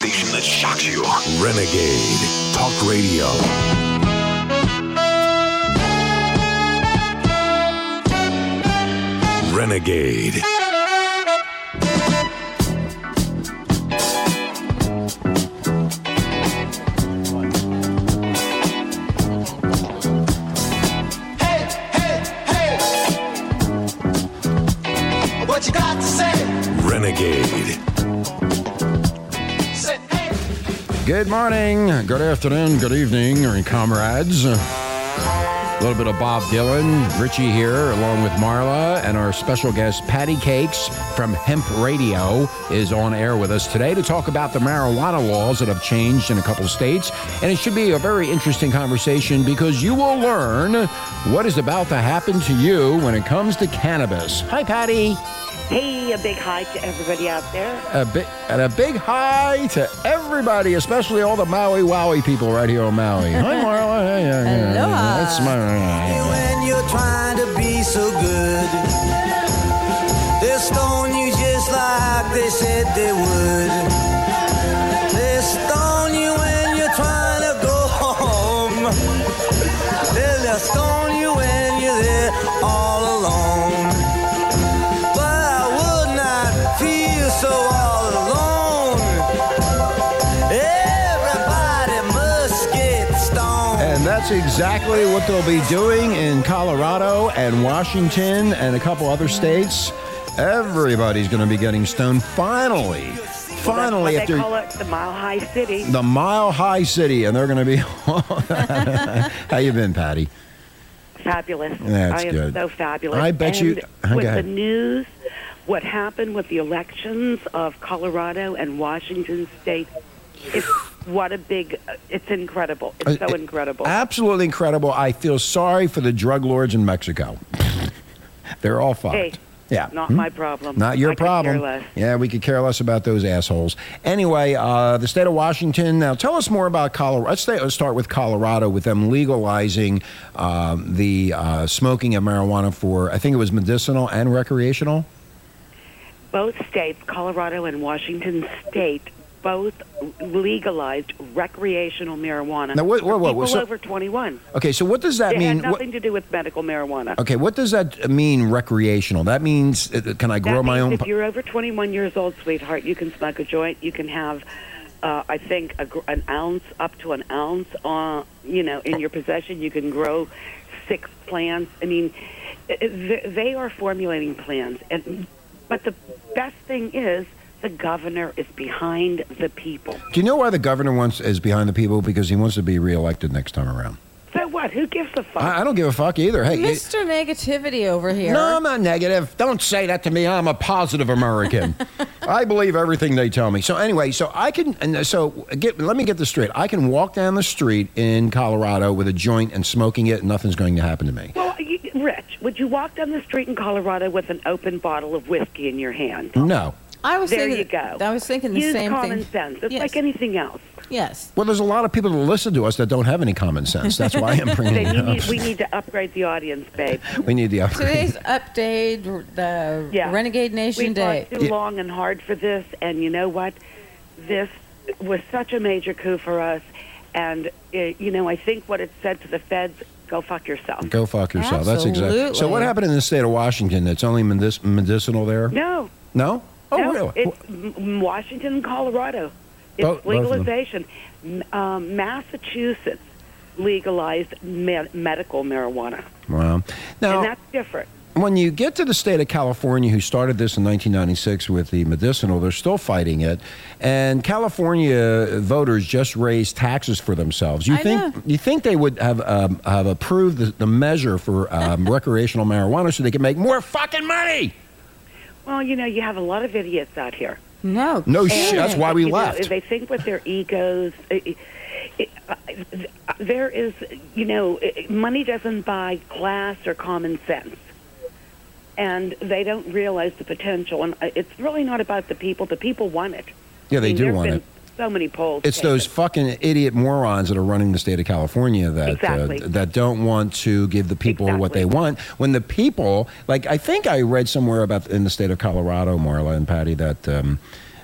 that shocks you. Renegade Talk Radio. Renegade. Hey, hey, hey. What you got to say? Renegade. Say, hey. Good morning, good afternoon, good evening, comrades. A little bit of Bob Dylan, Richie here, along with Marla, and our special guest Patty Cakes from Hemp Radio is on air with us today to talk about the marijuana laws that have changed in a couple states. And it should be a very interesting conversation because you will learn what is about to happen to you when it comes to cannabis. Hi, Patty. Hey, a big hi to everybody out there. a big and a big hi to everybody, especially all the Maui Wowie people right here on Maui. Hi, Marla. Hey, yeah, yeah, yeah. That's my. when you're trying to be so good. They stone you just like they said they would. They stone you when you're trying to go home. They'll stone you when you're there all alone. But I would not feel so all alone. Everybody must get stoned. And that's exactly what they'll be doing in Colorado and Washington and a couple other states. Everybody's going to be getting stoned finally. Finally, That's after why they call it the Mile High City. the Mile High City, and they're going to be. How you been, Patty? Fabulous. That's I am good. so fabulous. I bet and you- Huh, with go the ahead. news, what happened with the elections of Colorado and Washington State, it's what a big, it's incredible. It's Uh, so incredible. Ah, Absolutely incredible. I feel sorry for the drug lords in Mexico. They're all fucked. Hey, yeah. Not Hmm? my problem. Not your I could care problem. less. Yeah, we could care less about those assholes. Anyway, uh, the state of Washington. Now, tell us more about Colorado. Let's, stay, let's start with Colorado with them legalizing um, the uh, smoking of marijuana for, I think it was medicinal and recreational. both states, Colorado and Washington State, both legalized recreational marijuana Now, what- what- what- for people so- over 21. Okay, so what does that It mean? had what- nothing to do with medical marijuana. okay, what does that mean recreational? That means, uh, can I That grow my means own? If you're over 21 years old, sweetheart, you can smoke a joint. You can have, uh, I think, a, gr- an ounce up to an ounce, uh, you know, in your possession. You can grow six plants. I mean, it, it, th- they are formulating plans, and but the best thing is the governor is behind the people. Do you know why the governor wants is behind the people? Because he wants to be reelected next time around. So what? Who gives a fuck? I, I don't give a fuck either. Hey, you- Mr. Negativity over here. no, I'm not negative. Don't say that to me. I'm a positive American. I believe everything they tell me. So anyway, so I can and so get let me get this straight. I can walk down the street in Colorado with a joint and smoking it, and nothing's going to happen to me. well, you, Rich, would you walk down the street in Colorado with an open bottle of whiskey in your hand? No. I was There thinking, you go. I was thinking the Use same common thing. sense. It's Yes. like anything else. Yes. Well, there's a lot of people that listen to us that don't have any common sense. That's why I'm bringing Then it you up. need, we need to upgrade the audience, babe. We need the upgrade. Today's update, the Yeah. Renegade Nation We've Day. worked too long and hard for this, and you know what? This was such a major coup for us, and uh you know, I think what it said to the feds: go fuck yourself. Go fuck yourself. That's exactly. So Absolutely. what happened in the state of Washington? That's only medic- medicinal there. No, No? Oh, no, really? Oh, it's M- M- Washington, and Colorado. It's Both- both of them. legalization. M- Um, Massachusetts legalized me- medical marijuana, Wow. and Now, that's different. when you get to the state of California, who started this in 1996 with the medicinal, they're still fighting it. And California voters just raised taxes for themselves. You I think know. you think they would have um, have approved the, the measure for um, recreational marijuana so they could make more fucking money? Well, you know, you have a lot of idiots out here. no. No kidding. shit. That's why we You know, left. they think with their egos. It, it, uh, there is, you know, it, money doesn't buy class or common sense. And they don't realize the potential. And uh, it's really not about the people. The people want it. Yeah, I they mean, do there've want been it. So many polls. It's taken. those fucking idiot morons that are running the state of California that Exactly. uh, that don't want to give the people what Exactly. they want. When the people, like I think I read somewhere about in the state of Colorado, Marla and Patty, that um,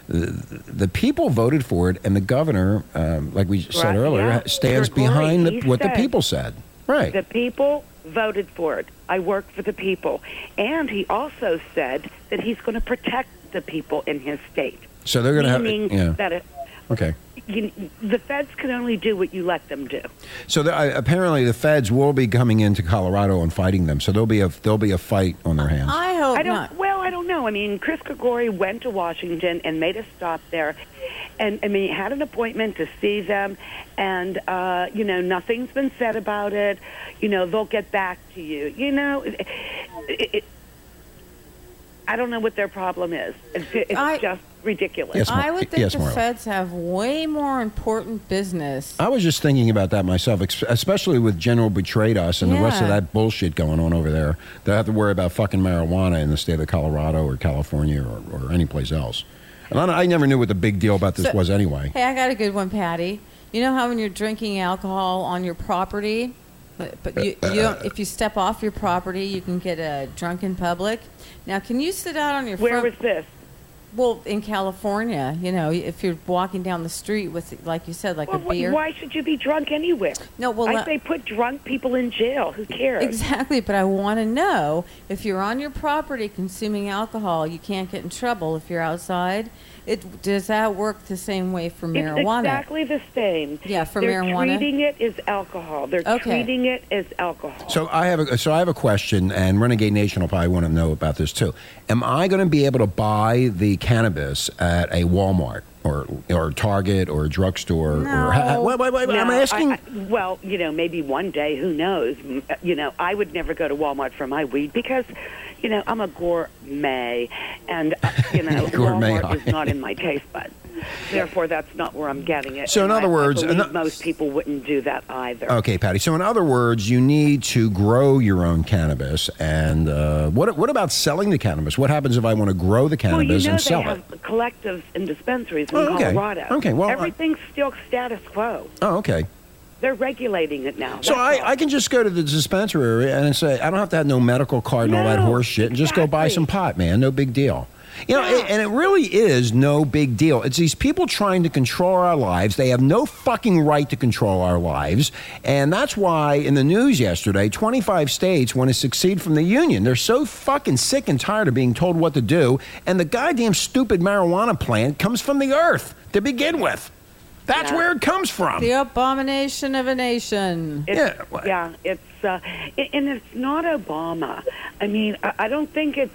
the, the people voted for it, and the governor, um, like we said Right, earlier, yeah. stands Gregory, behind the, he what the said- people said. Right. The people voted for it. I work for the people. And he also said that he's going to protect the people in his state. so they're going to have. meaning Yeah. that it, Okay. you, the feds can only do what you let them do. So the, uh, apparently, the feds will be coming into Colorado and fighting them. So there'll be a there'll be a fight on their hands. I hope I don't. not. Well, I don't know. I mean, Chris Gregory went to Washington and made a stop there, and I mean, had an appointment to see them, and uh, you know, nothing's been said about it. You know, they'll get back to you. You know, it, it, it, I don't know what their problem is. It's, it's I- just ridiculous. Yes, Mar- I would think yes, the Marla. feds have way more important business. I was just thinking about that myself, ex- especially with General betrayed us and the rest of Yeah. that bullshit going on over there. They have to worry about fucking marijuana in the state of Colorado or California or, or any place else. And I, don't- I never knew what the big deal about this So- was anyway. Hey, I got a good one, Patty. You know how when you're drinking alcohol on your property, but, but you, you don't, if you step off your property, you can get a drunk in public. Now, can you sit out on your Where was front? this? well, in California, you know, if you're walking down the street with, like you said, like Well, a wh- beer. why should you be drunk anywhere? No, well, uh, I let- say put drunk people in jail. Who cares? Exactly, but I want to know if you're on your property consuming alcohol, you can't get in trouble if you're outside. It does that work the same way for marijuana? It's exactly the same. Yeah, for They're marijuana? treating it as alcohol. They're Okay. treating it as alcohol. So I have a, so I have a question, and Renegade Nation will probably want to know about this too. Am I going to be able to buy the cannabis at a Walmart or or Target or a drugstore? Or, No. wait, wait, wait, No, I'm I- asking. I- well, you know, maybe one day, who knows? M- uh, You know, I would never go to Walmart for my weed because, you know, I'm a gourmet, and uh, you know, Gourmet, Walmart is huh? not in my taste bud. Therefore, that's not where I'm getting it. So in And other I- I words, believe ano- Oh, most people wouldn't do that either. Okay, Patty. So, in other words, you need to grow your own cannabis. And uh, what what about selling the cannabis? What happens if I want to grow the Well, cannabis you know and they sell have it? collectives and dispensaries in Oh, okay. Colorado. Okay, well, I- everything's still status quo. Oh, okay. They're regulating it now. So That's I, I can just go to the dispensary and say I don't have to have no medical card and all that No, horse shit, and just go buy exactly. some pot, man. No big deal. You know, Yeah. and it really is no big deal. It's these people trying to control our lives. They have no fucking right to control our lives. And that's why in the news yesterday, 25 states want to succeed from the union. They're so fucking sick and tired of being told what to do. And the goddamn stupid marijuana plant comes from the earth to begin with. That's Yeah. where it comes from. The abomination of a nation. It's, Yeah, well- yeah, it's uh, a- and it's not Obama. I mean, I, I don't think it's.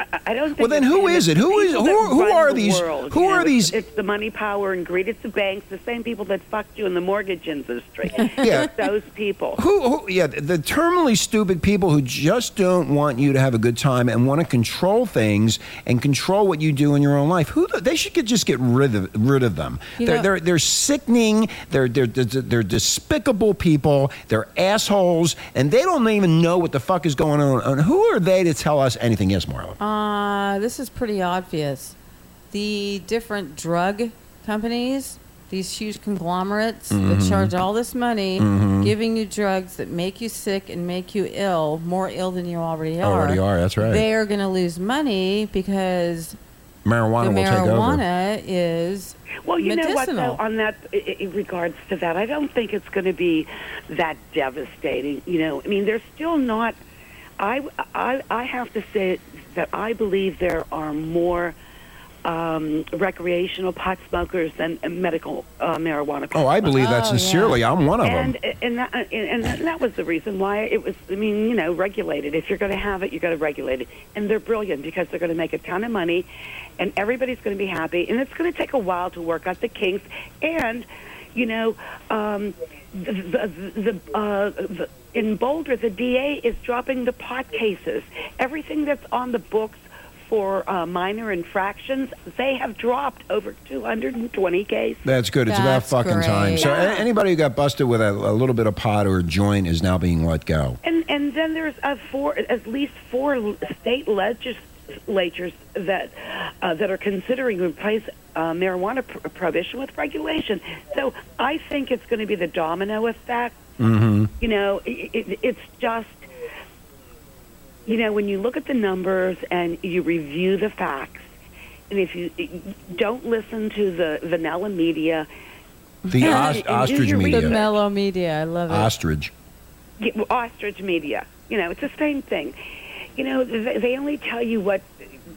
I- I don't. Think Well, then it's who him. is it? It's Who the is- people who that are- who run are the these- world, who you know, are it's- these- It's the money, power, and greed. It's the banks, the same people that fucked you in the mortgage industry. Yeah. it's those people. Who, who, yeah, the terminally stupid people who just don't want you to have a good time and want to control things and control what you do in your own life. Who the- they should get, just get rid of rid of them. You They're, know- they're they're sickening. They're, they're they're they're despicable people. They're assholes, and they don't even know what the fuck is going on. And who are they to tell us anything? Yes, Marla. Uh, this is pretty obvious. The different drug companies, these huge conglomerates Mm-hmm. that charge all this money, giving you drugs that make you sick and make you ill, more ill than you already are. Already are, that's right. They are going to lose money because marijuana the will take over. marijuana is Well, you know medicinal. what, though, on that, i- i- in regards to that, I don't think it's going to be that devastating. You know, I mean, they're still not. I, I, I have to say that I believe there are more um, recreational pot smokers than medical uh, marijuana. Oh, I believe that Oh, yeah. sincerely. I'm one of them. and and that, uh, and and that was the reason why it was. I mean, you know, regulated. If you're going to have it, you got to regulate it. And they're brilliant because they're going to make a ton of money, and everybody's going to be happy. And it's going to take a while to work out the kinks. And you know, um, the the, the, uh, the in Boulder, the DA is dropping the pot cases. Everything that's on the books. For uh, minor infractions, they have dropped over 220 cases. That's good. It's about That's fucking time. great. So Yeah. a- anybody who got busted with a, a little bit of pot or a joint is now being let go. And and then there's a four, at least four l- state legislatures that uh, that are considering to replace uh, marijuana pr- prohibition with regulation. So I think it's going to be the domino effect. You know, i it, it's just. You know, when you look at the numbers and you review the facts, and if you don't listen to the vanilla media, The Yeah, os- and do ostrich your The Yeah. media. research. mellow media. I love it. Ostrich. yeah, well, ostrich media. You know, it's the same thing. You know, th- they only tell you what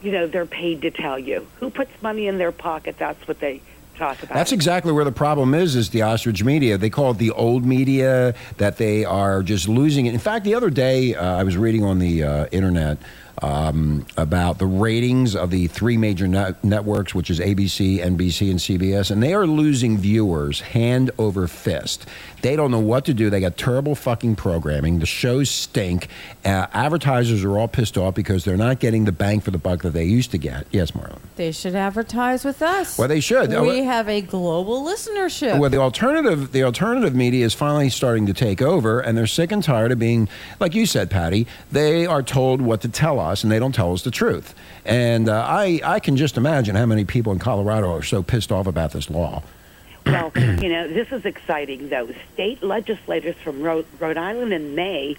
you know they're paid to tell you. Who puts money in their pocket? That's what they talk about. That's exactly where the problem is. Is the ostrich media? They call it the old media. That they are just losing it. In fact, the other day uh, I was reading on the uh, internet um, about the ratings of the three major net- networks, which is ABC, NBC, and CBS, and they are losing viewers hand over fist. They don't know what to do. They got terrible fucking programming. The shows stink. Uh, advertisers are all pissed off because they're not getting the bang for the buck that they used to get. Yes, Marlon. They should advertise with us. Well, they should. We have a global listenership. Well, the alternative, the alternative media is finally starting to take over, and they're sick and tired of being, like you said, Patty. They are told what to tell us, and they don't tell us the truth. And uh, I, I can just imagine how many people in Colorado are so pissed off about this law. Well, you know, this is exciting, though. State legislators from Rhode, Rhode Island in May,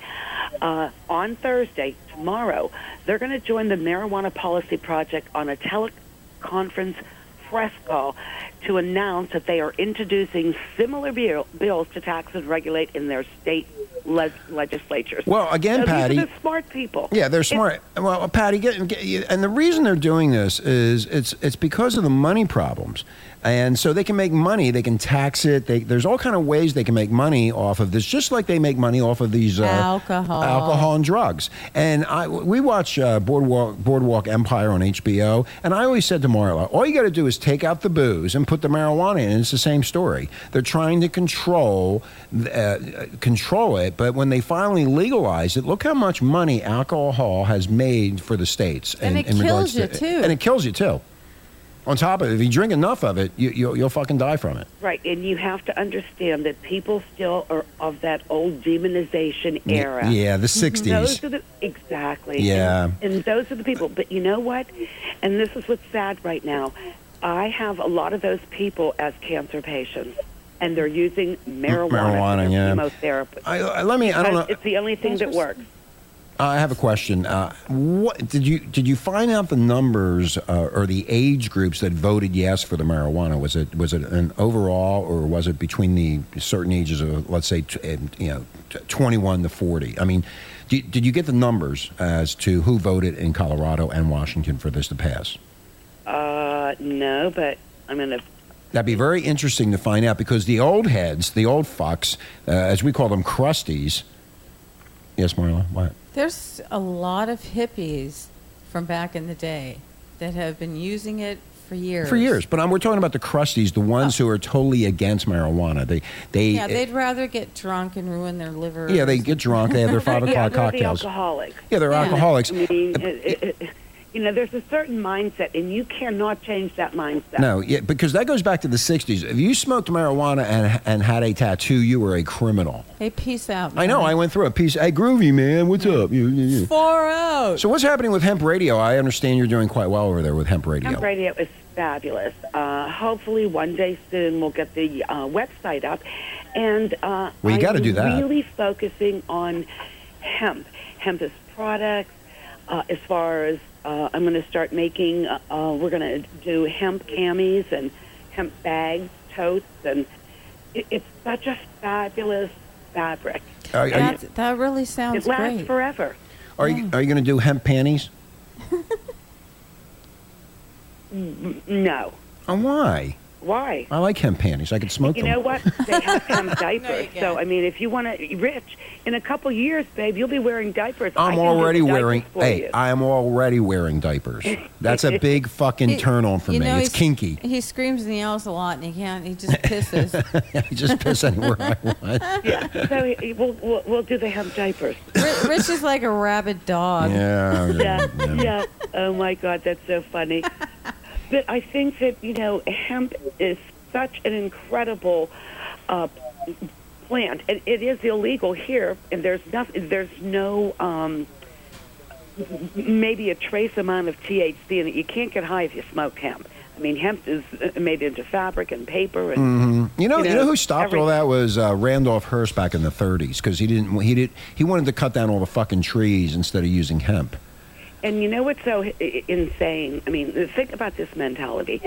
uh, on Thursday, tomorrow, they're going to join the Marijuana Policy Project on a teleconference press call to announce that they are introducing similar bill, bills to tax and regulate in their state le- legislatures. Well, again, so Patty- These are the smart people. Yeah, they're It's- smart. well, Patty, get, get, and the reason they're doing this is it's it's because of the money problems, and so they can make money. They can tax it. They, there's all kind of ways they can make money off of this, just like they make money off of these uh, Alcohol. alcohol and drugs. And I we watch uh, Boardwalk Boardwalk Empire on HBO, and I always said to Marla, all you got to do is take out the booze and put the marijuana in. It's the same story. They're trying to control uh, control it, but when they finally legalize it, look how much money alcohol has made for the states. And in- it in regards kills you, to- too. And it kills you too. On top of it, if you drink enough of it, you, you'll, you'll fucking die from it. Right, and you have to understand that people still are of that old demonization era. Yeah, the 60s. Those are the exactly. Yeah. And, and those are the people. But you know what? And this is what's sad right now. I have a lot of those people as cancer patients, and they're using marijuana, marijuana, for yeah. chemotherapy. I, I, let me. I don't know. It's the only thing that works. I have a question. Uh, what did you did you find out the numbers uh, or the age groups that voted yes for the marijuana? Was it was it an overall or was it between the certain ages of let's say t- um, you know twenty one to forty? I mean, did, did you get the numbers as to who voted in Colorado and Washington for this to pass? Uh, no, but I'm going to That'd be very interesting to find out because the old heads, the old fucks, uh, as we call them, crusties. Yes, Marla. What? There's a lot of hippies from back in the day that have been using it for years. For years, but um, we're talking about the crusties, the ones Oh. who are totally against marijuana. They, they, eh, Yeah, they'd rather get drunk and ruin their liver. yeah, they get drunk. They have their five yeah, o'clock they're cocktails. The alcoholics. Yeah, they're Yeah. alcoholics. I mean, it, it, it, you know, there's a certain mindset, and you cannot change that mindset. No, yeah, because that goes back to the '60s. If you smoked marijuana and and had a tattoo, you were a criminal. Hey, peace out. I know. I man. oh. went through a piece. Hey, groovy man, what's up? You- you- you. Far out. So what's happening with hemp radio? I understand you're doing quite well over there with hemp radio. Hemp Radio is fabulous. Uh, hopefully, one day soon we'll get the uh, website up. And uh, Well, you I gotta am do that. Really focusing on hemp, hemp is products. Uh, as far as uh, I'm going to start making, uh, uh, we're going to do hemp camis and hemp bags, totes, and it, it's such a fabulous fabric. Are, are you, That's, that really sounds it lasts great. forever. are you, are you going to do hemp panties? No, Oh, why? why? I like hemp panties. I could smoke You them. know what? They have hemp diapers. so you can't. I mean, if you want to, Rich, in a couple years, babe, you'll be wearing diapers. I I'm can do the already diapers wearing. For Hey, you. I am already wearing diapers. That's a big fucking He- turn on for you me. know, it's he's- kinky. He screams and yells a lot, and he can't. He just pisses. I just piss anywhere I want. yeah. So he- we'll, we'll we'll do the hemp diapers. Ri- Rich is like a rabid dog. Yeah. Um, Yeah, yeah. Oh my God, that's so funny. but I think that you know, hemp is such an incredible uh, plant, and it is illegal here. And there's nothing. There's no. Um, maybe a trace amount of THC in it. You can't get high if you smoke hemp. I mean, hemp is uh, made into fabric and paper, and You know, you know, You know, who stopped all every- that was uh, Randolph Hearst back in the 30s because he didn't. He did. He wanted to cut down all the fucking trees instead of using hemp. And you know what's so i- i- insane? I mean, think about this mentality.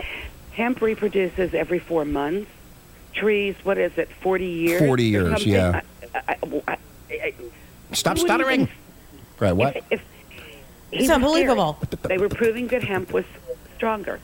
Hemp reproduces every four months. Trees, what is it, 40 years? 40 years, Something- yeah. I- I- I- I- Stop I wouldn't stuttering. even- Right, what? If, if, he It's was unbelievable. scary. They were proving that hemp was stronger.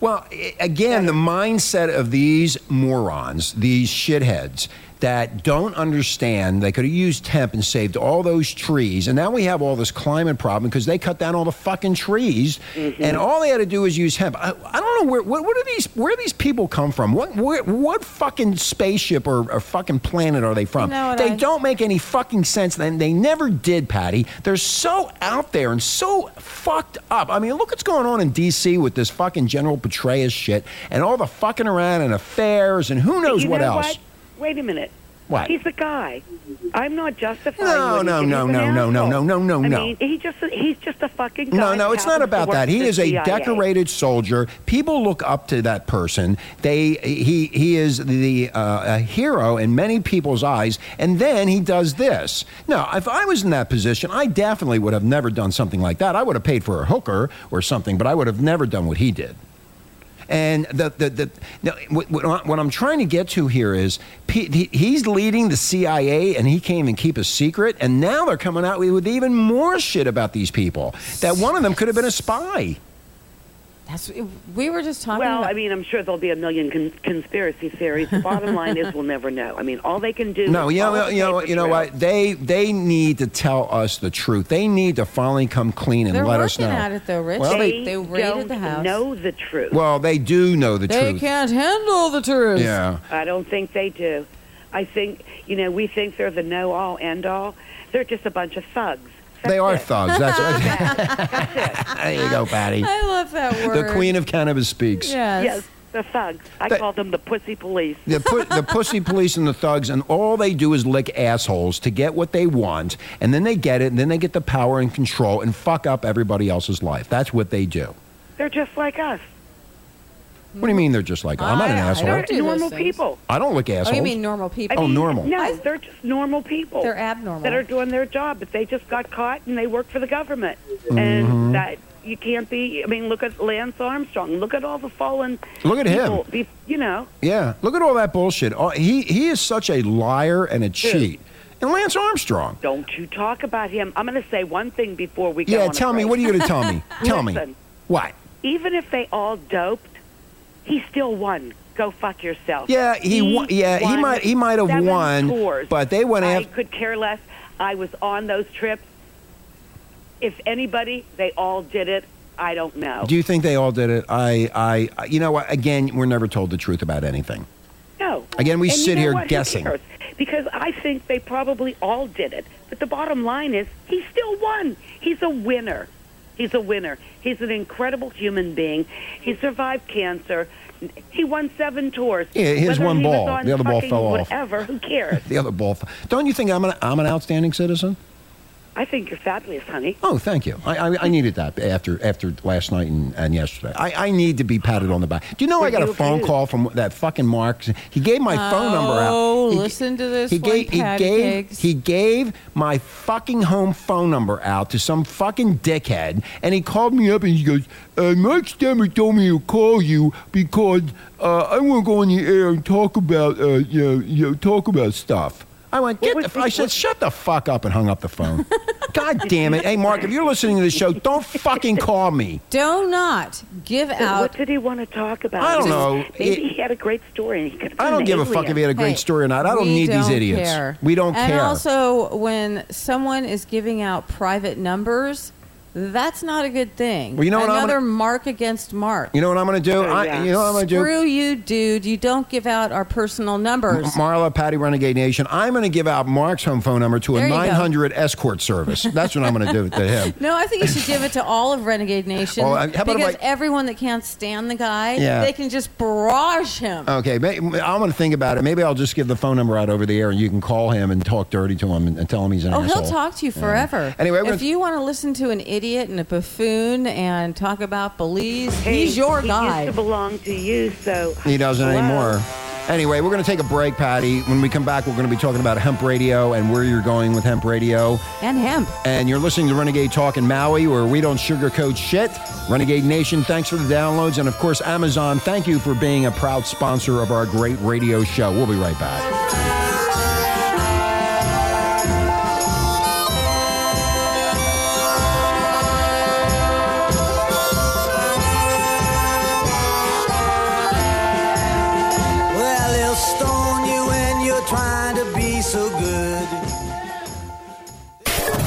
Well, i- again, the mindset of these morons, these shitheads that don't understand they could have used hemp and saved all those trees. And now we have all this climate problem because they cut down all the fucking trees. And all they had to do was use hemp. I, I don't know where, what, what are these, where these people come from? What, where, what fucking spaceship or, or fucking planet are they from? You know what they I- don't make any fucking sense. And they never did, Patty. They're so out there and so fucked up. I mean, look what's going on in D.C. with this fucking General Petraeus shit and all the fucking around and affairs and who knows you what know else. What? Wait a minute. What? He's a guy. I'm not justifying. No, what he no, did. no, He's an no, no, no, asshole. no, no, I no. mean, he just he's just a fucking guy. No, no, that it's not happens to about work that. for He the is a CIA. decorated soldier. People look up to that person. They he he is the uh, a hero in many people's eyes. And then he does this. Now, if I was in that position, I definitely would have never done something like that. I would have paid for a hooker or something, but I would have never done what he did. And the the, the now, what, what I- what I'm trying to get to here is P, he, he's leading the CIA, and he can't even keep a secret. And now they're coming out with even more shit about these people. That one of them could have been a spy. That's we were just talking Well, about. I mean, I'm sure there'll be a million con- conspiracy theories. The bottom line is, we'll never know. I mean, all they can do. No, is you follow know, the you know, paper you know trail. what? They they need to tell us the truth. They need to finally come clean and they're let working us know. at it though, Rich. Well, they, they, they raided don't the house. know the truth. Well, they do know the they truth. can't handle the truth. Yeah. I don't think they do. I think you know we think they're the know-all, end-all. They're just a bunch of thugs. That's They are it. thugs. That's there you go, Patty. I love that word. The queen of cannabis speaks. Yes. Yes, the thugs. I They- call them the pussy police. The, pu- the pussy police and the thugs, and all they do is lick assholes to get what they want, and then they get it, and then they get the power and control and fuck up everybody else's life. That's what they do. They're just like us. What do you mean they're just like, I'm not an I- I asshole. don't They're do those normal things. people. I don't lick assholes. Oh, you mean normal people? Oh, normal. No, I- they're just normal people. They're abnormal. that are doing their job, but they just got caught and they work for the government. Mm-hmm. And that you can't be. I mean, look at Lance Armstrong. Look at all the fallen. Look at him. people. Be, you know, Yeah, look at all that bullshit. Oh, he, he is such a liar and a cheat. And Lance Armstrong. don't you talk about him. I'm going to say one thing before we go. Yeah, on a tell me, break. what are you going to tell me? tell me. Listen. What? Even if they all doped, he still won. Go fuck yourself. Yeah, he, wa- yeah, he won might he might have seven won, tours. but they went I after could care less. I was on those trips. If anybody, they all did it. I don't know. Do you think they all did it? I, I, I- you know what? Again, we're never told the truth about anything. No. Again, we And sit you know here what? Who guessing. cares? Because I think they probably all did it. But the bottom line is, he still won. He's a winner. He's a winner. He's an incredible human being. He survived cancer. He won seven tours. Yeah, his Whether one he ball. Was on The other ball fucking fell off. whatever, Who cares? The other ball. Don't you think I'm an I'm an outstanding citizen? I think you're fabulous, honey. Oh, thank you. I, I, I needed that after after last night and, and yesterday. I, I need to be patted on the back. Do you know I Were got a you phone abused? call from that fucking Mark? He gave my phone number out. Oh, He- listen to this He one, gave he Patty gave Cakes. he gave my fucking home phone number out to some fucking dickhead, and he called me up and he goes, uh, "Mark Stammer told me to call you because uh, I want to go on the air and talk about uh, you, know, you know talk about stuff." I went, "Get!" The, was f-" he- I said, "Shut the fuck up!" and hung up the phone. God damn it! Hey, Mark, if you're listening to the show, don't fucking call me. Do not give So out What did he want to talk about? I don't know. Maybe It- he had a great story and he could. I don't give a fuck if he had a great Hey, story or not. I don't we need these don't idiots. care. We don't and care. also, when someone is giving out private numbers, that's not a good thing. Well, you know what I'm Another gonna- mark against mark. you know what I'm gonna do? Oh, I- yeah. you know what I'm gonna do? Screw you, dude. You don't give out our personal numbers. Marla, Patty Renegade Nation, I'm going to give out Mark's home phone number to a There you go. 900 escort service. That's what I'm going to do to him. no, I think you should give it to all of Renegade Nation Well, I- how about if because I- everyone that can't stand the guy, Yeah. they can just barrage him. Oh, Okay, may- I'm going to think about it. Maybe I'll just give the phone number out over the air and you can call him and talk dirty to him and, and tell him he's an Oh, asshole. he'll talk to you forever. Anyway, we're if gonna- you want to listen to an idiot and a buffoon and talk about Belize, he's your he guy. Used to belong to you, so He doesn't Hello? anymore. Anyway, we're going to take a break, Patty. When we come back, we're going to be talking about hemp radio and where you're going with hemp radio. And hemp. And you're listening to Renegade Talk in Maui, where we don't sugarcoat shit. Renegade Nation, thanks for the downloads. And of course, Amazon, thank you for being a proud sponsor of our great radio show. We'll be right back. Well, they'll stone you when you're trying to be so good.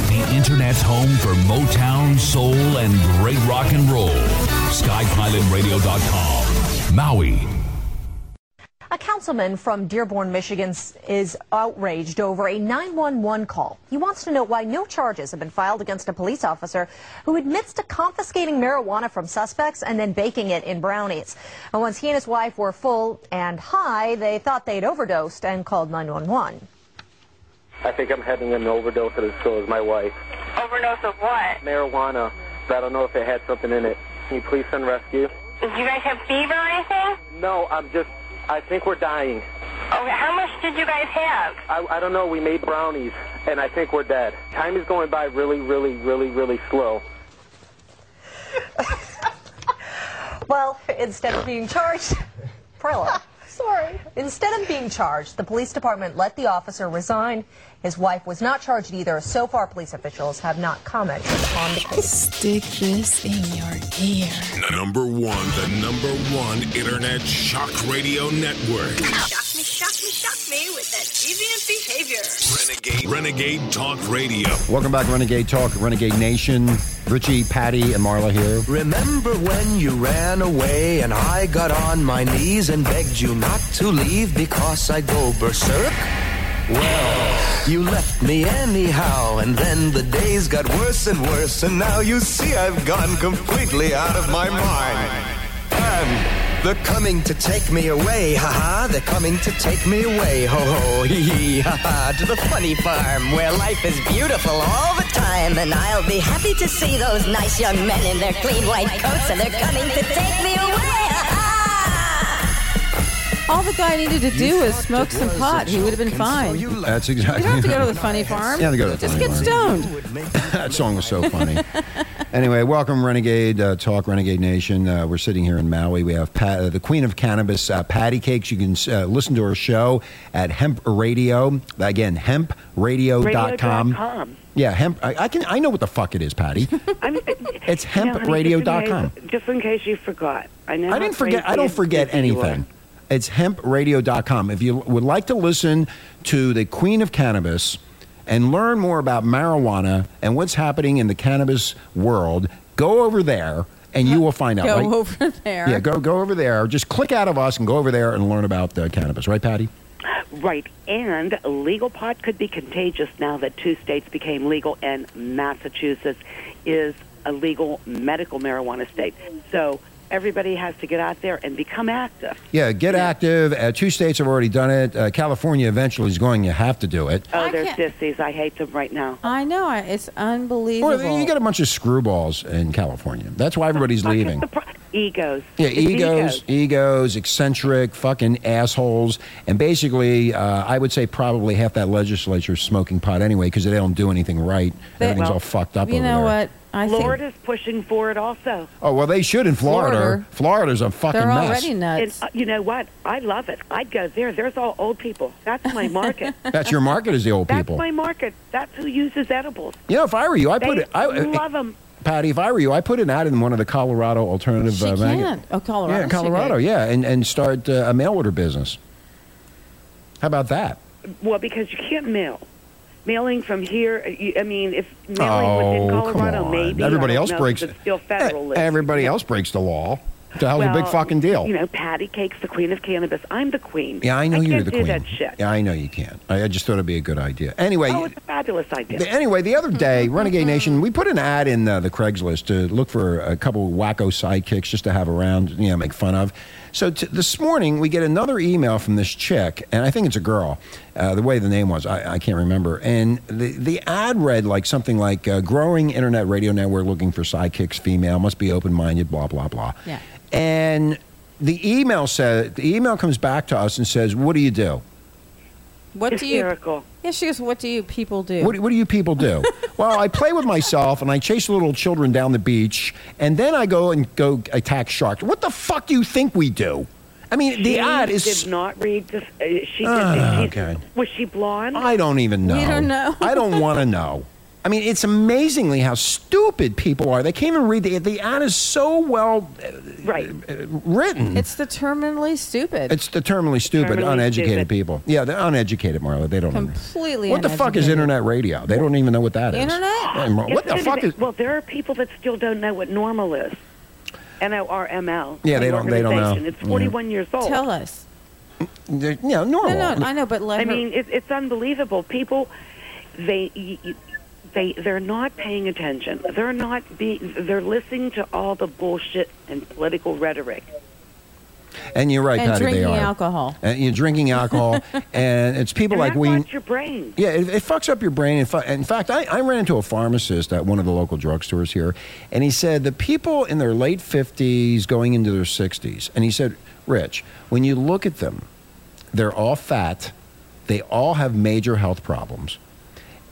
The internet's home for Motown, soul, and great rock and roll. SkyPilotRadio.com. Maui. A councilman from Dearborn, Michigan s- is outraged over a 911 call. He wants to know why no charges have been filed against a police officer who admits to confiscating marijuana from suspects and then baking it in brownies. And once he and his wife were full and high, they thought they'd overdosed and called 911. I think I'm having an overdose at the store with my wife. Overdose of what? Marijuana, but I don't know if it had something in it. Can you please send rescue? Do you guys have fever or anything? No, I'm just, I think we're dying. Okay, how much did you guys have? I, I don't know, we made brownies, and I think we're dead. Time is going by really, really, really, really slow. Well, instead of being charged, Prella. Sorry. Instead of being charged, the police department let the officer resign. His wife was not charged either. So far, police officials have not commented on the case. Stick this in your ear. Number one, the number one internet shock radio network. Shock me, shock me, shock me with that deviant behavior. Renegade, Renegade Talk Radio. Welcome back, Renegade Talk, Renegade Nation. Richie, Patty, and Marla here. Remember when you ran away and I got on my knees and begged you not to leave because I go berserk? Well, you left me anyhow, and then the days got worse and worse, and now you see I've gone completely out of my mind. And they're coming to take me away, haha, they're coming to take me away, ho ho, hee hee, haha, to the funny farm where life is beautiful all the time, and I'll be happy to see those nice young men in their clean white coats, and they're coming to take me away, All the guy needed to do was smoke some pot. He would have been fine. You That's exactly. don't have to go to the funny farm. Yeah, they go to the Just funny get farm. stoned. That song was so funny. anyway, welcome, Renegade uh, Talk, Renegade Nation. Uh, we're sitting here in Maui. We have Pat, uh, the Queen of Cannabis, uh, Patty Cakes. You can uh, listen to her show at Hemp Radio. Again, hempradio.com. Radio.com. Yeah, hemp. I, I can. I know what the fuck it is, Patty. I'm, It's You know, honey, just in case- hempradio.com. Just in case you forgot. I know. I how didn't forget. I crazy don't and forget busy you are. anything. It's hempradio.com. If you would like to listen to the Queen of Cannabis and learn more about marijuana and what's happening in the cannabis world, go over there and you will find out. Go right? over there. Yeah, go go over there. Just click out of us and go over there and learn about the cannabis, right, Patty? Right. And legal pot could be contagious now that two states became legal and Massachusetts is a legal medical marijuana state. So everybody has to get out there and become active. Yeah, get active. Uh, two states have already done it. Uh, California eventually is going. You have to do it. Oh, I there's can't- sissies. I hate them right now. I know. I- It's unbelievable. Or you got a bunch of screwballs in California. That's why everybody's Fuck, it's leaving. the pro- egos. Yeah, It's egos, egos, eccentric, fucking assholes, and basically, uh, I would say probably half that legislature is smoking pot anyway because they don't do anything right. They- Everything's well, all fucked up. You over know there. what? I think Florida's pushing for it also. Oh well, they should in Florida. Florida. Florida's a fucking they're mess. already And nuts. uh, you know what? I love it. I'd go there. There's all old people. That's my market. That's your market is the old That's people. my market. That's who uses edibles. you know, if I were you, I They put it. I, love them. Patty, if I were you, I put an ad in one of the Colorado alternative She uh, can't. magazines. Oh, Colorado. Yeah, she Colorado. could. Yeah, and and start uh, a mail order business. How about that? Well, because you can't mail. Mailing from here, uh, you- I mean, if mailing within Oh, come Colorado, on. maybe. Everybody I don't else know, breaks- eh, It's still federal. Everybody else breaks the law. The hell's well, a big fucking deal? You know, Patty Cake's the queen of cannabis. I'm the queen. Yeah, I know I you're can't the do queen. that shit. Yeah, I know you can't. I, I just thought it'd be a good idea. Anyway, Oh, it's a fabulous idea. the, anyway, the other day, Renegade Nation, we put an ad in uh, the Craigslist to look for a couple wacko sidekicks just to have around, you know, make fun of. So t- this morning, we get another email from this chick, and I think it's a girl. Uh, the way the name was, I, I can't remember. And the the ad read like something like uh, "Growing Internet Radio Network looking for sidekicks, female, must be open minded, blah blah blah." Yeah. And the email said the email comes back to us and says, "What do you do? What do you? Hysterical. Yeah, she goes. What do you people do? What, do- what do you people do?" well, I play with myself and I chase little children down the beach, and then I go and go attack sharks. What the fuck do you think we do? I mean, the She ad is. did not read this. Uh, she did. Ah, she's- okay. Was she blonde? I don't even know. We don't know. I don't want to know. I mean, it's amazingly how stupid people are. They can't even read the the ad is so well uh, right. written. It's the terminally stupid. Mm. It's the terminally stupid, Terminally uneducated stupid. people. Yeah, they're uneducated, Marla. They don't. under- Completely What the fuck is uneducated. internet radio? They don't even know what that is. Internet? Yeah, Mar- Yes, What the it fuck is? Well, there are people that still don't know what normal is. N O R M L. Yeah, they don't- they don't know. It's 41 years Oh. old. Tell us. They're- Yeah, normal. No, no, I know, but let I her- mean, it, it's unbelievable. People, they, y- y- they, they're not paying attention. They're not be. They're listening to all the bullshit and political rhetoric. and you're right, and Patty. They drinking are. alcohol. And you're drinking alcohol, and it's people And like that we. rots your brain. Yeah, it, it fucks up your brain. And fu- and in fact, I, I ran into a pharmacist at one of the local drugstores here, and he said the people in their late 50s going into their 60s, and he said, Rich, when you look at them, they're all fat, they all have major health problems,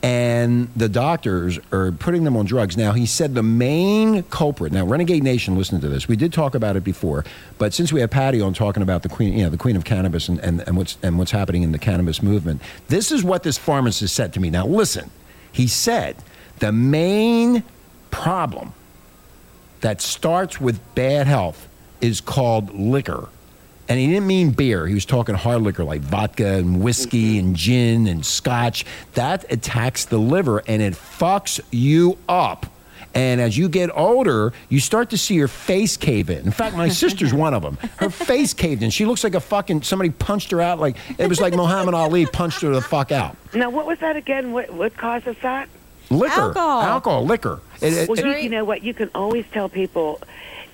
and the doctors are putting them on drugs. Now, he said the main culprit. Now, Renegade Nation, listen to this. We did talk about it before, but since we have Patty on talking about the queen, you know, the queen of cannabis and, and, and what's and what's happening in the cannabis movement, this is what this pharmacist said to me. Now, listen. He said the main problem that starts with bad health is called liquor. And he didn't mean beer. He was talking hard liquor like vodka and whiskey Mm-hmm. and gin and scotch. That attacks the liver and it fucks you up. And as you get older, you start to see your face cave in. In fact, my sister's one of them. Her face caved in. She looks like a fucking somebody punched her out. Like it was like Muhammad Ali punched her the fuck out. Now, what was that again? What what causes that? Liquor, Alcohol. alcohol liquor. It- it- Well, you, Drink. you know what? You can always tell people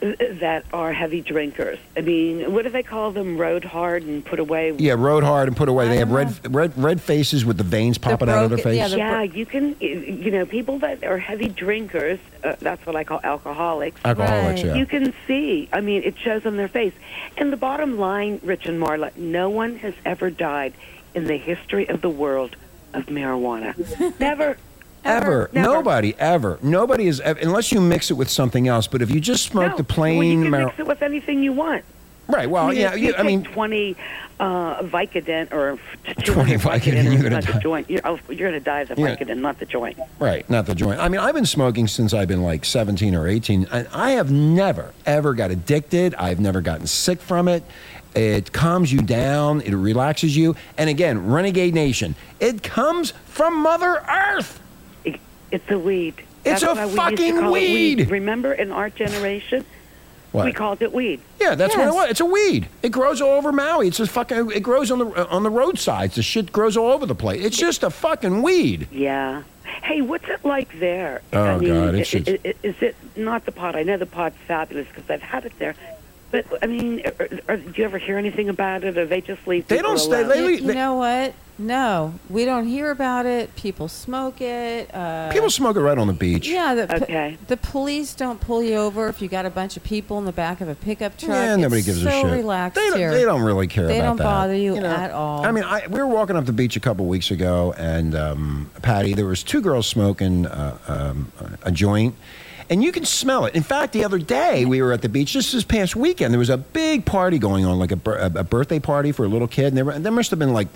uh, that are heavy drinkers. I mean, what do they call them? Road hard and put away. Yeah, rode hard and put away. I They have don't red, red, red faces with the veins popping out of their broken- face. yeah, the- Yeah, you can. You know, people that are heavy drinkers. Uh, that's what I call alcoholics. Alcoholics, Right. yeah. You can see. I mean, it shows on their face. And the bottom line, Rich and Marla, no one has ever died in the history of the world of marijuana. Never. ever, Never. nobody ever, nobody is ever, unless you mix it with something else. But if you just smoke no. Well, you the plain can mar- mix it with anything you want. right? Well, I mean, yeah, if you, you I mean, take twenty uh, Vicodin or 20 20 Vicodin, Vicodin, you're you're gonna going die. to joint. You're, oh, you're going to die of the Yeah. Vicodin, not the joint. right? Not the joint. I mean, I've been smoking since I've been like seventeen or eighteen, and I have never ever got addicted. I've never gotten sick from it. It calms you down. It relaxes you. And again, Renegade Nation, it comes from Mother Earth. It, it's a weed. It's That's a why we used to fucking call it weed. Remember, in our generation, What? we called it weed. Yeah, that's what it Yes. was. It's a weed. It grows all over Maui. It's a fucking. It grows on the on the roadsides. The shit grows all over the place. It's just a fucking weed. Yeah. Hey, what's it like there? Oh, I mean, God, i- it's just- i- i- is it not the pot? I know the pot's fabulous because I've had it there. But I mean, are, are, do you ever hear anything about it, or they just leave? They people don't stay- Alone? they- You, Lately, you know what? No, we don't hear about it. People smoke it. Uh, People smoke it right on the beach. Yeah, the, po- Okay. the police don't pull you over if you got a bunch of people in the back of a pickup truck. Yeah, nobody It's gives so a shit. relaxed they, don't, here. they don't really care They about don't that. bother you at all. I mean, I, we were walking up the beach a couple weeks ago, and um, Patty, there was two girls smoking uh, um, a joint, and you can smell it. In fact, the other day we were at the beach, just this past weekend, there was a big party going on, like a, bir- a, a birthday party for a little kid, and there, were- and there must have been like,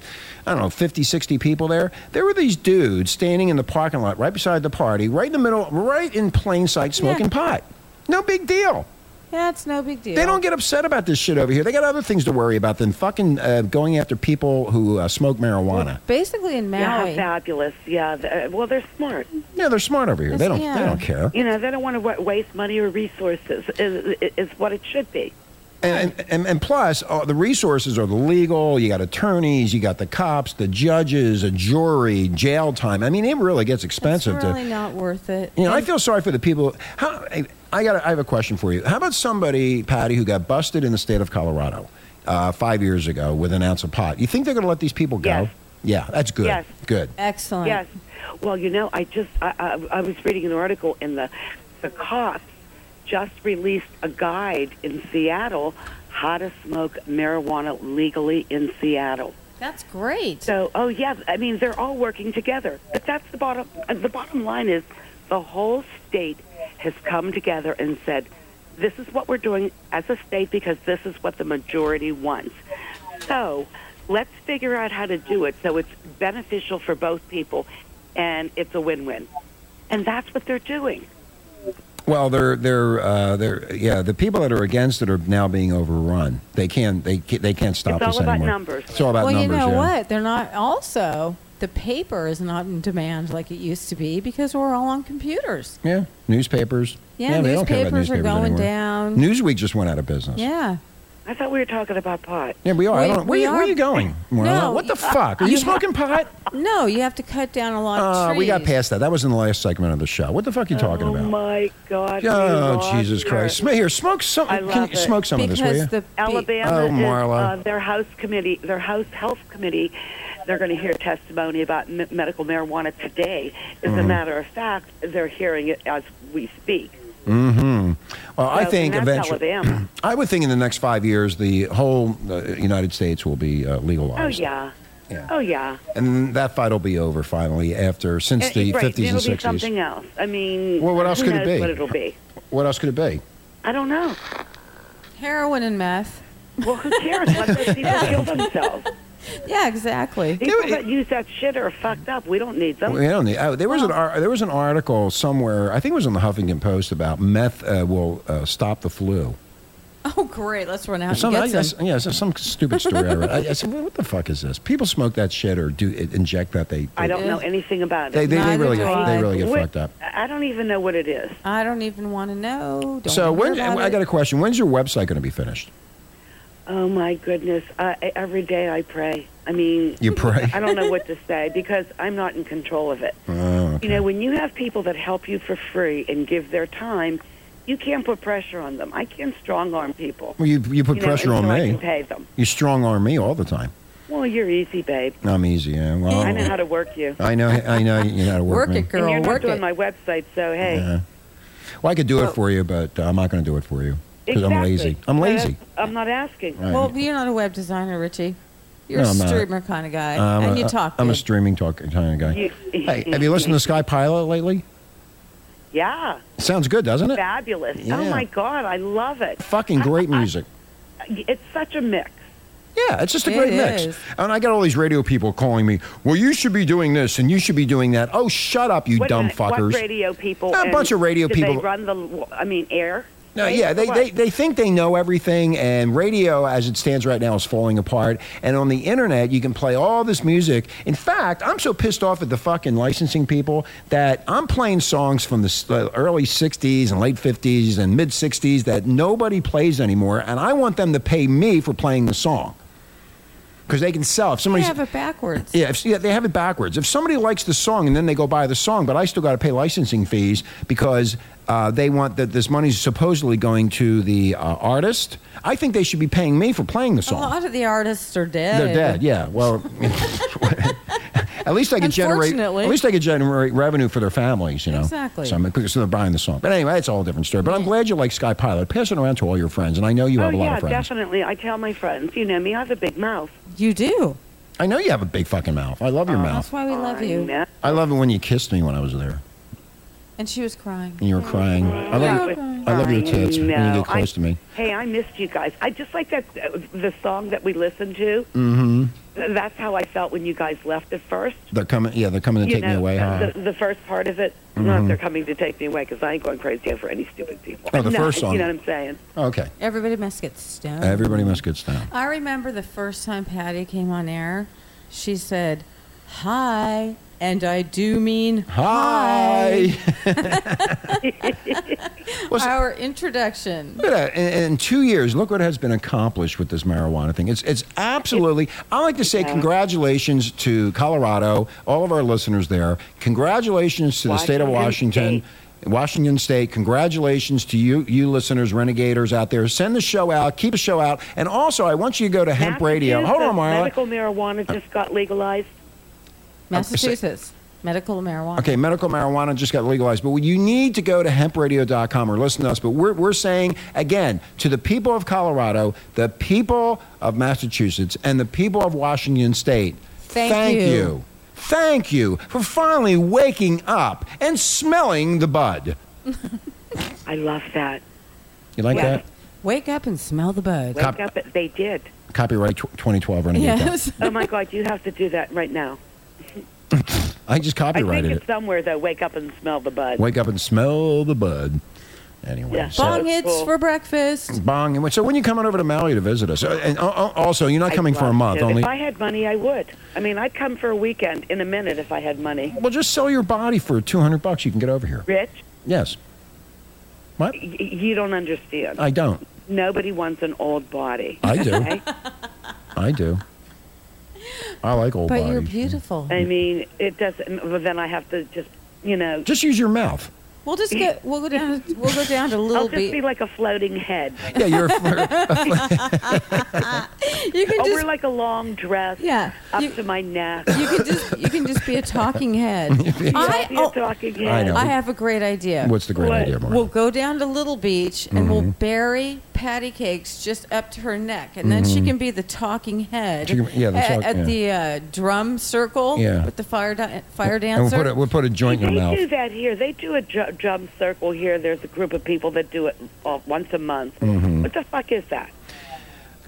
I don't know, 50, 60 people there. There were these dudes standing in the parking lot right beside the party, right in the middle, right in plain sight, smoking pot. No big deal. yeah, it's no big deal. They don't get upset about this shit over here. They got other things to worry about than fucking uh, going after people who uh, smoke marijuana. Basically, in Yeah, Maui, how fabulous. Yeah. th- uh, well, they're smart. Yeah, they're smart over here. They don't. They Yeah. don't care. You know, they don't want to wa- waste money or resources. Is, is- is what it should be. And and, and plus, uh, the resources are the legal. You got attorneys. You got the cops, the judges, a jury, jail time. I mean, it really gets it's expensive to really not worth it. You know, I And- feel sorry for the people. How, I- I got. I have a question for you. How about somebody, Patty, who got busted in the state of Colorado uh, five years ago with an ounce of pot? You think they're going to let these people go? Yes. Yeah, that's good. Yes. Good. excellent. Yes. Well, you know, I just I, I, I was reading an article in the the cops just released a guide in Seattle how to smoke marijuana legally in Seattle. That's great. So, oh yeah, I mean they're all working together. But that's the bottom. uh, The bottom line is the whole state has come together and said, "This is what we're doing as a state because this is what the majority wants." So, let's figure out how to do it so it's beneficial for both people, and it's a win-win. And that's what they're doing. Well, they're they're uh, they're yeah. The people that are against it are now being overrun. They can they ca- they can't stop It's all this about anymore. numbers. It's all about well, numbers. you know yeah. what? They're not. Also, the paper is not in demand like it used to be because we're all on computers. Yeah, newspapers. Yeah, they don't care about newspapers are going anymore. down. Newsweek just went out of business. Yeah. I thought we were talking about pot. Yeah, we are. I We- don't, where, we you- where are- are you going? Marla? No, what the you- fuck? Are you, you ha- smoking pot? No, you have to cut down a lot of Uh, trees. we got past that. That was in the last segment of the show. What the fuck are you talking Oh about? my God! we Oh lost Jesus her. Christ! Sm- Here, smoke some. I Can love you it. smoke some of this, will you? Because the Alabama Oh, is, Marla. uh, their House committee, their House Health Committee, they're going to hear testimony about m- medical marijuana today. As a matter of fact, they're hearing it as we speak. Mm-hmm. Well, I So, think and that's eventually, Alabama. I would think in the next five years, the whole uh, United States will be uh, oh legalized. yeah. Yeah. Oh yeah. And that fight will be over finally after since And- the right, 50s and it'll be 60s. something else. I mean, Well, what else who could it knows be? What it'll be? What else could it be? I don't know. Heroin and meth. Well, who cares? Let those people kill themselves. Yeah, exactly. People that use that shit are fucked up. We don't need them. We don't need- oh, there was an ar- there was an article somewhere. I think it was in the Huffington Post about meth uh, will uh, stop the flu. Oh, great. Let's run out Some, I, and get guess- some. yeah, some, some stupid story I read. I, I said, "What the fuck is this? People smoke that shit or do inject that? They I don't Yeah. know anything about it. they, they, they Neither really do they I. really get What- fucked up. I don't even know what it is. I don't even want to know. Don't so wanna hear when about I it. got a question. When's your website going to be finished? Oh my goodness! I, I- every day I pray. I mean, You pray? I don't know what to say because I'm not in control of it. Oh, You know, when you have people that help you for free and give their time, you can't put pressure on them. I can't strong arm people. Well, you you put you know, pressure on until I me. can pay them. You strong arm me all the time. Well, you're easy, babe. I'm easy. Yeah. Well, I know how to work you. I know. I know. You know how to work, Work me. it, girl. and you're not work doing it. my website, so hey. Yeah. Well, I could do it for you, but uh, I'm not going to do it for you because Exactly. I'm lazy. I'm So lazy. that's- I'm not asking. Right. Well, you're not a web designer, Richie. You're No, a I'm not. streamer kind of guy, I'm and a- uh, you talk. I'm a good. streaming talk kind of guy. You- hey, have you listened to Sky Pilot lately? Yeah, Sounds good, doesn't it? fabulous. Yeah. Oh my God, I love it. Fucking great music. It's such a mix. Yeah, it's just a It great is. mix. And I got all these radio people calling me, well, you should be doing this and you should be doing that. Oh, shut up, you Wait a dumb uh, minute, fuckers. What radio people? A and bunch of radio did people- They run the. I mean, air. No, yeah, they, What? they, they think they know everything, and radio, as it stands right now, is falling apart. And on the internet, you can play all this music. In fact, I'm so pissed off at the fucking licensing people that I'm playing songs from the s- the early 60s and late 50s and mid 60s that nobody plays anymore, and I want them to pay me for playing the song. Because they can sell. If You somebody's. have it backwards. Yeah, if, yeah, they have it backwards. If somebody likes the song and then they go buy the song, but I still got to pay licensing fees because uh, they want that this money's supposedly going to the uh, artist. I think they should be paying me for playing the A song. lot of the artists are dead. They're dead. Yeah. Well, at least I could generate. At Unfortunately. least I could generate revenue for their families. You know. Exactly. So, I'm- so they're buying the song. But anyway, that's all a different story. But I'm glad you like Sky Pilot. Pass it around to all your friends, and I know you Oh have a lot yeah, of friends. definitely. I tell my friends. You know me. I have a big mouth. You do. I know you have a big fucking mouth. I love your That's mouth. why we love I you. know. I love it when you kissed me when I was there. And she was crying. and you were crying. I love, It your, was I love your fine. tits when you No, get close I- to me. Hey, I missed you guys. I just like that uh, the song that we listened to. Mm-hmm. That's how I felt when you guys left at first. They're coming. Yeah, they're coming to you take know, me away. Huh? Mm-hmm. The, the first part of it. Not if they're coming to take me away because I ain't going crazy over any stupid people. Oh, the No, first song. You know what I'm saying? okay. Everybody must get stoned. Everybody must get stoned. I remember the first time Patty came on air, she said, "Hi," and I do mean Hi. Was- Our introduction. Look at that. uh, In, in two years, look what has been accomplished with this marijuana thing. It's it's absolutely. I like to say congratulations to Colorado, all of our listeners there. Congratulations to the state of Washington. Washington Washington State, congratulations to you, you listeners, renegaders out there. Send the show out, keep the show out, and also I want you to go to Hemp Radio. Hold on, Massachusetts Marla. Medical marijuana just got legalized. Massachusetts. Medical marijuana. Okay, medical marijuana just got legalized, but you need to go to hempradio.com or listen to us. But we're, we're saying, again, to the people of Colorado, the people of Massachusetts, and the people of Washington State, Thank you. you. Thank you for finally waking up and smelling the bud. I love that. You like Yeah. Wake up and smell the bud. Wake Cop- up. They did. that? Copyright tw- 2012 Renegade. Talk. Yes. Oh my God, you have to do that right now. I just I think copyrighted it's it. somewhere though. Wake up and smell the bud. Wake up and smell the bud. Anyway, Yeah. so- Bong hits Cool. for breakfast. Bong. And So when you coming over to Maui to visit us, Uh, and al- al- also you're not I'd coming for a love month, to. only. If I had money, I would. I mean, I'd come for a weekend in a minute if I had money. Well, just sell your body for 200 bucks. You can get over here. Rich, Yes, y- you don't understand. I don't. Nobody wants an old body. I do. okay? I do. I like old But bodies. you're beautiful. I mean, it doesn't. Well, then I have to just, you know, Just use your mouth. We'll just get. We'll go down. To, we'll go down to I'll Little just be Beach. like a floating head. Yeah, you're. a flirt. You can I'll just. wear like a long dress. yeah. Up You, to my neck. you can just. You can just be a talking head. I'll I, be a oh, talking head. I know. I have a great idea. What's the great What? idea, Mark? Mm-hmm. We'll go down to Little Beach and we'll bury patty cakes just up to her neck, and then she can be the talking head Mm-hmm. She can- yeah, the at, talk- at the uh, drum circle Yeah. with the fire da- fire and we'll dancer. put a, we'll put a joint in they your mouth. do that here. They do a dr- drum circle here. There's a group of people that do it uh, once a month. Mm-hmm. What the fuck is that?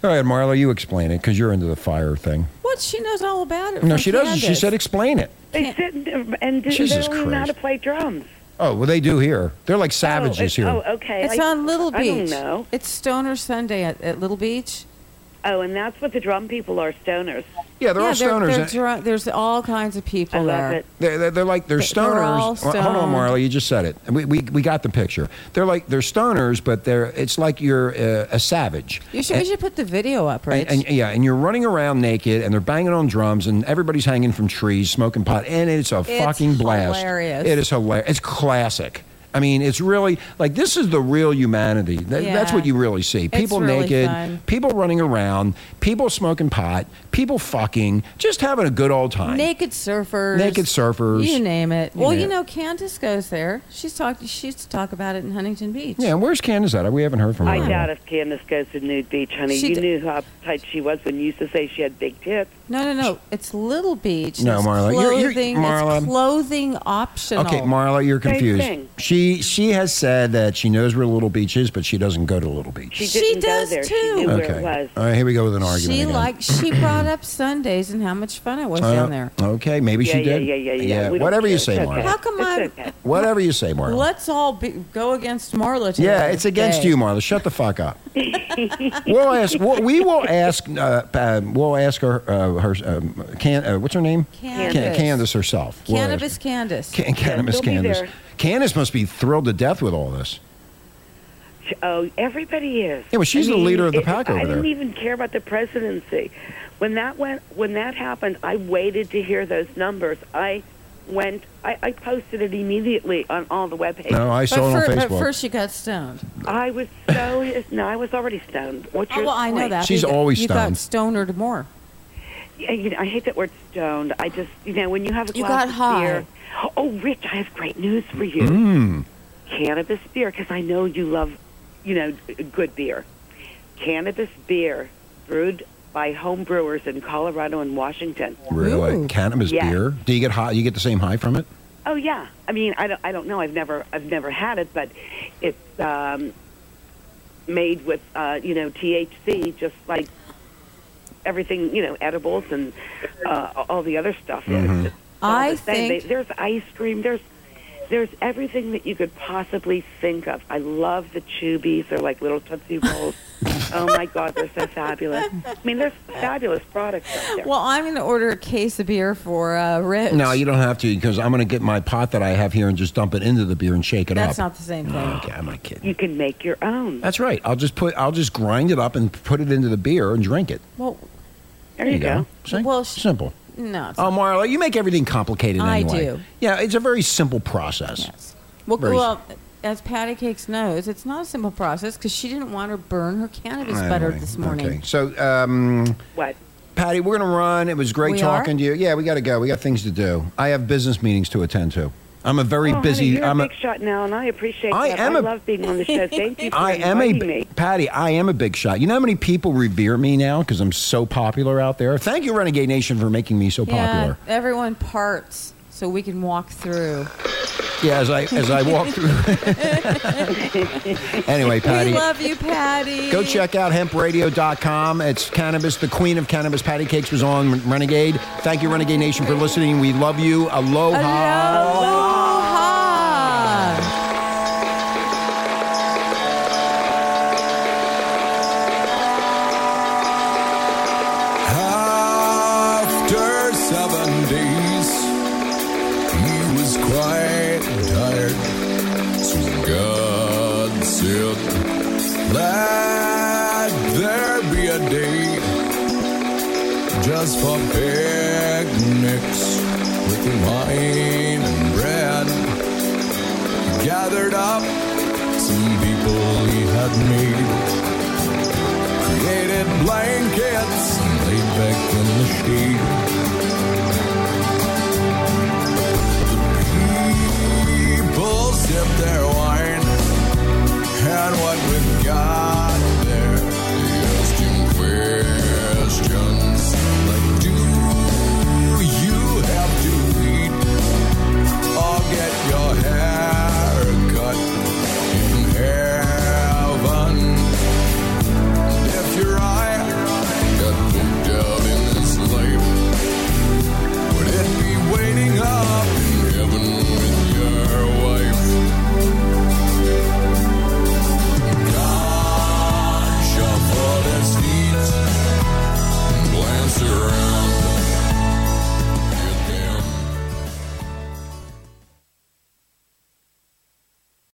All right, Marla, you explain it because you're into the fire thing. what she knows all about it. No, from she doesn't. She Candace. said explain it. They sit and, and do, Jesus they don't know how to Christ. play drums. Oh, well, they do here. They're like savages oh, here. Oh, okay. It's I- on Little I don't Beach. know. It's Stoner Sunday at, at Little Beach. Oh, and that's what the drum people are, stoners. yeah, they're all stoners. They're drunk. There's all kinds of people I there. love it. They're, they're, they're like they're They- they're all stoners. Well, Hold on, stoned. Marla, you just said it. We, we, we got the picture. They're like they're stoners, but they're it's like you're uh, a savage. You should, And- you should put the video up, right? and, and- yeah, and you're running around naked, and they're banging on drums, and everybody's hanging from trees, smoking pot, and it's a fucking blast. hilarious. It is hilarious. It's classic. I mean, it's really like this is the real humanity. That, That's Yeah. what you really see. It's People really naked, fun. people running around, people smoking pot, people fucking, just having a good old time. Naked surfers. Naked surfers. You name it. You well, name you it. know, Candace goes there. She's talked. She used to talk about it in Huntington Beach. Yeah, and where's Candace at? We haven't heard from her. I in a doubt while. if Candace goes to Nude Beach, honey. She you d- knew how tight she was when you used to say she had big tits. No, no, no. It's Little Beach. No, It's Marla, you're- you're- Clothing. Marla. It's clothing optional. Okay, Marla, you're Same confused. thing. She she has said that she knows where Little Beach is, but she doesn't go to Little Beach. She She didn't does, go there. too. She knew okay. where it was. All right, here we go with an argument. She again. like she brought up Sundays and how much fun it was Uh, down there. Okay, maybe yeah, she yeah, did. yeah, yeah, yeah. We don't Whatever you care. say, It's Marla. okay. How come It's I- okay. Whatever you say, Marla. Let's all be, go against Marla. Today. yeah, it's against you, Marla. Shut the fuck up. we'll ask. We'll, we will ask. Uh, uh, we'll ask her. Uh, her. Um, can, uh, what's her name? Candace. Can- Candace herself. We'll ask her. Cannabis, Candace. Can- cannabis. we'll be Candace. there. Candace must be thrilled to death with all this. Oh, everybody is. Yeah, well, she's the leader of the it- pack I over there. didn't even care about the presidency. When that went, when that happened, I waited to hear those numbers. I went, I, I posted it immediately on all the web pages. No, I but, saw it on fir- Facebook. but first she got stoned. I was so his- no, I was already stoned. What's Oh, your well, I know point? that. She's You got- always you stoned. got stonered more. Yeah, you know, I hate that word stoned. I just, you know, when you have a You glass got of high. beer. Oh, Rich, I have great news for you. Cannabis beer, because I know you love, you know, g- good beer. Cannabis beer brewed by home brewers in Colorado and Washington. Really? Ooh. Cannabis Yeah. beer? Do you get high? You get the same high from it? Oh yeah, I mean, I don't, I don't know. I've never, I've never had it, but it's um, made with, uh, you know, THC, just like everything, you know, edibles and uh, all the other stuff. It's- it's all I the same. think- They- there's ice cream. There's there's everything that you could possibly think of. I love the Chubbies. They're like little Tootsie Rolls. oh my God, they're so fabulous. I mean, there's fabulous products out there. Well, I'm going to order a case of beer for uh, Rich. No, you don't have to because I'm going to get my pot that I have here and just dump it into the beer and shake it That's up. not the same thing. Mm, okay, I'm not kidding. you can make your own. That's right. I'll just put. I'll just grind it up and put it into the beer and drink it. Well, There you go. See? Well, sh- simple. no. it's- Oh, Marla, you make everything complicated I anyway. do. Yeah, it's a very simple process. Yes. Well, Very- well, as Patty Cakes knows, it's not a simple process because she didn't want to burn her cannabis Anyway, butter this morning. Okay. So, um, What? Patty. We're going to run. It was great We talking are? to you. Yeah, we got to go. We got things to do. I have business meetings to attend to. I'm a very Oh, honey, busy. you're a I'm big shot now, and I appreciate I that. am I a- love being on the show. Thank you for I am a inviting me. Patty. I am a big shot. You know how many people revere me now because I'm so popular out there. Thank you, Renegade Nation, for making me so popular. Yeah, everyone parts so we can walk through. Yeah, as I as I walk through. anyway, Patty. We love you, Patty. Go check out hempradio.com. It's cannabis. The queen of cannabis, Patty Cakes, was on Renegade. Thank you, Renegade Nation, for listening. We love you. Aloha. Aloha. After seven days, he was quite tired. So God said, Let there be a day just for picnics with wine and bread. He gathered up some people he had made created blankets and laid back in the shade.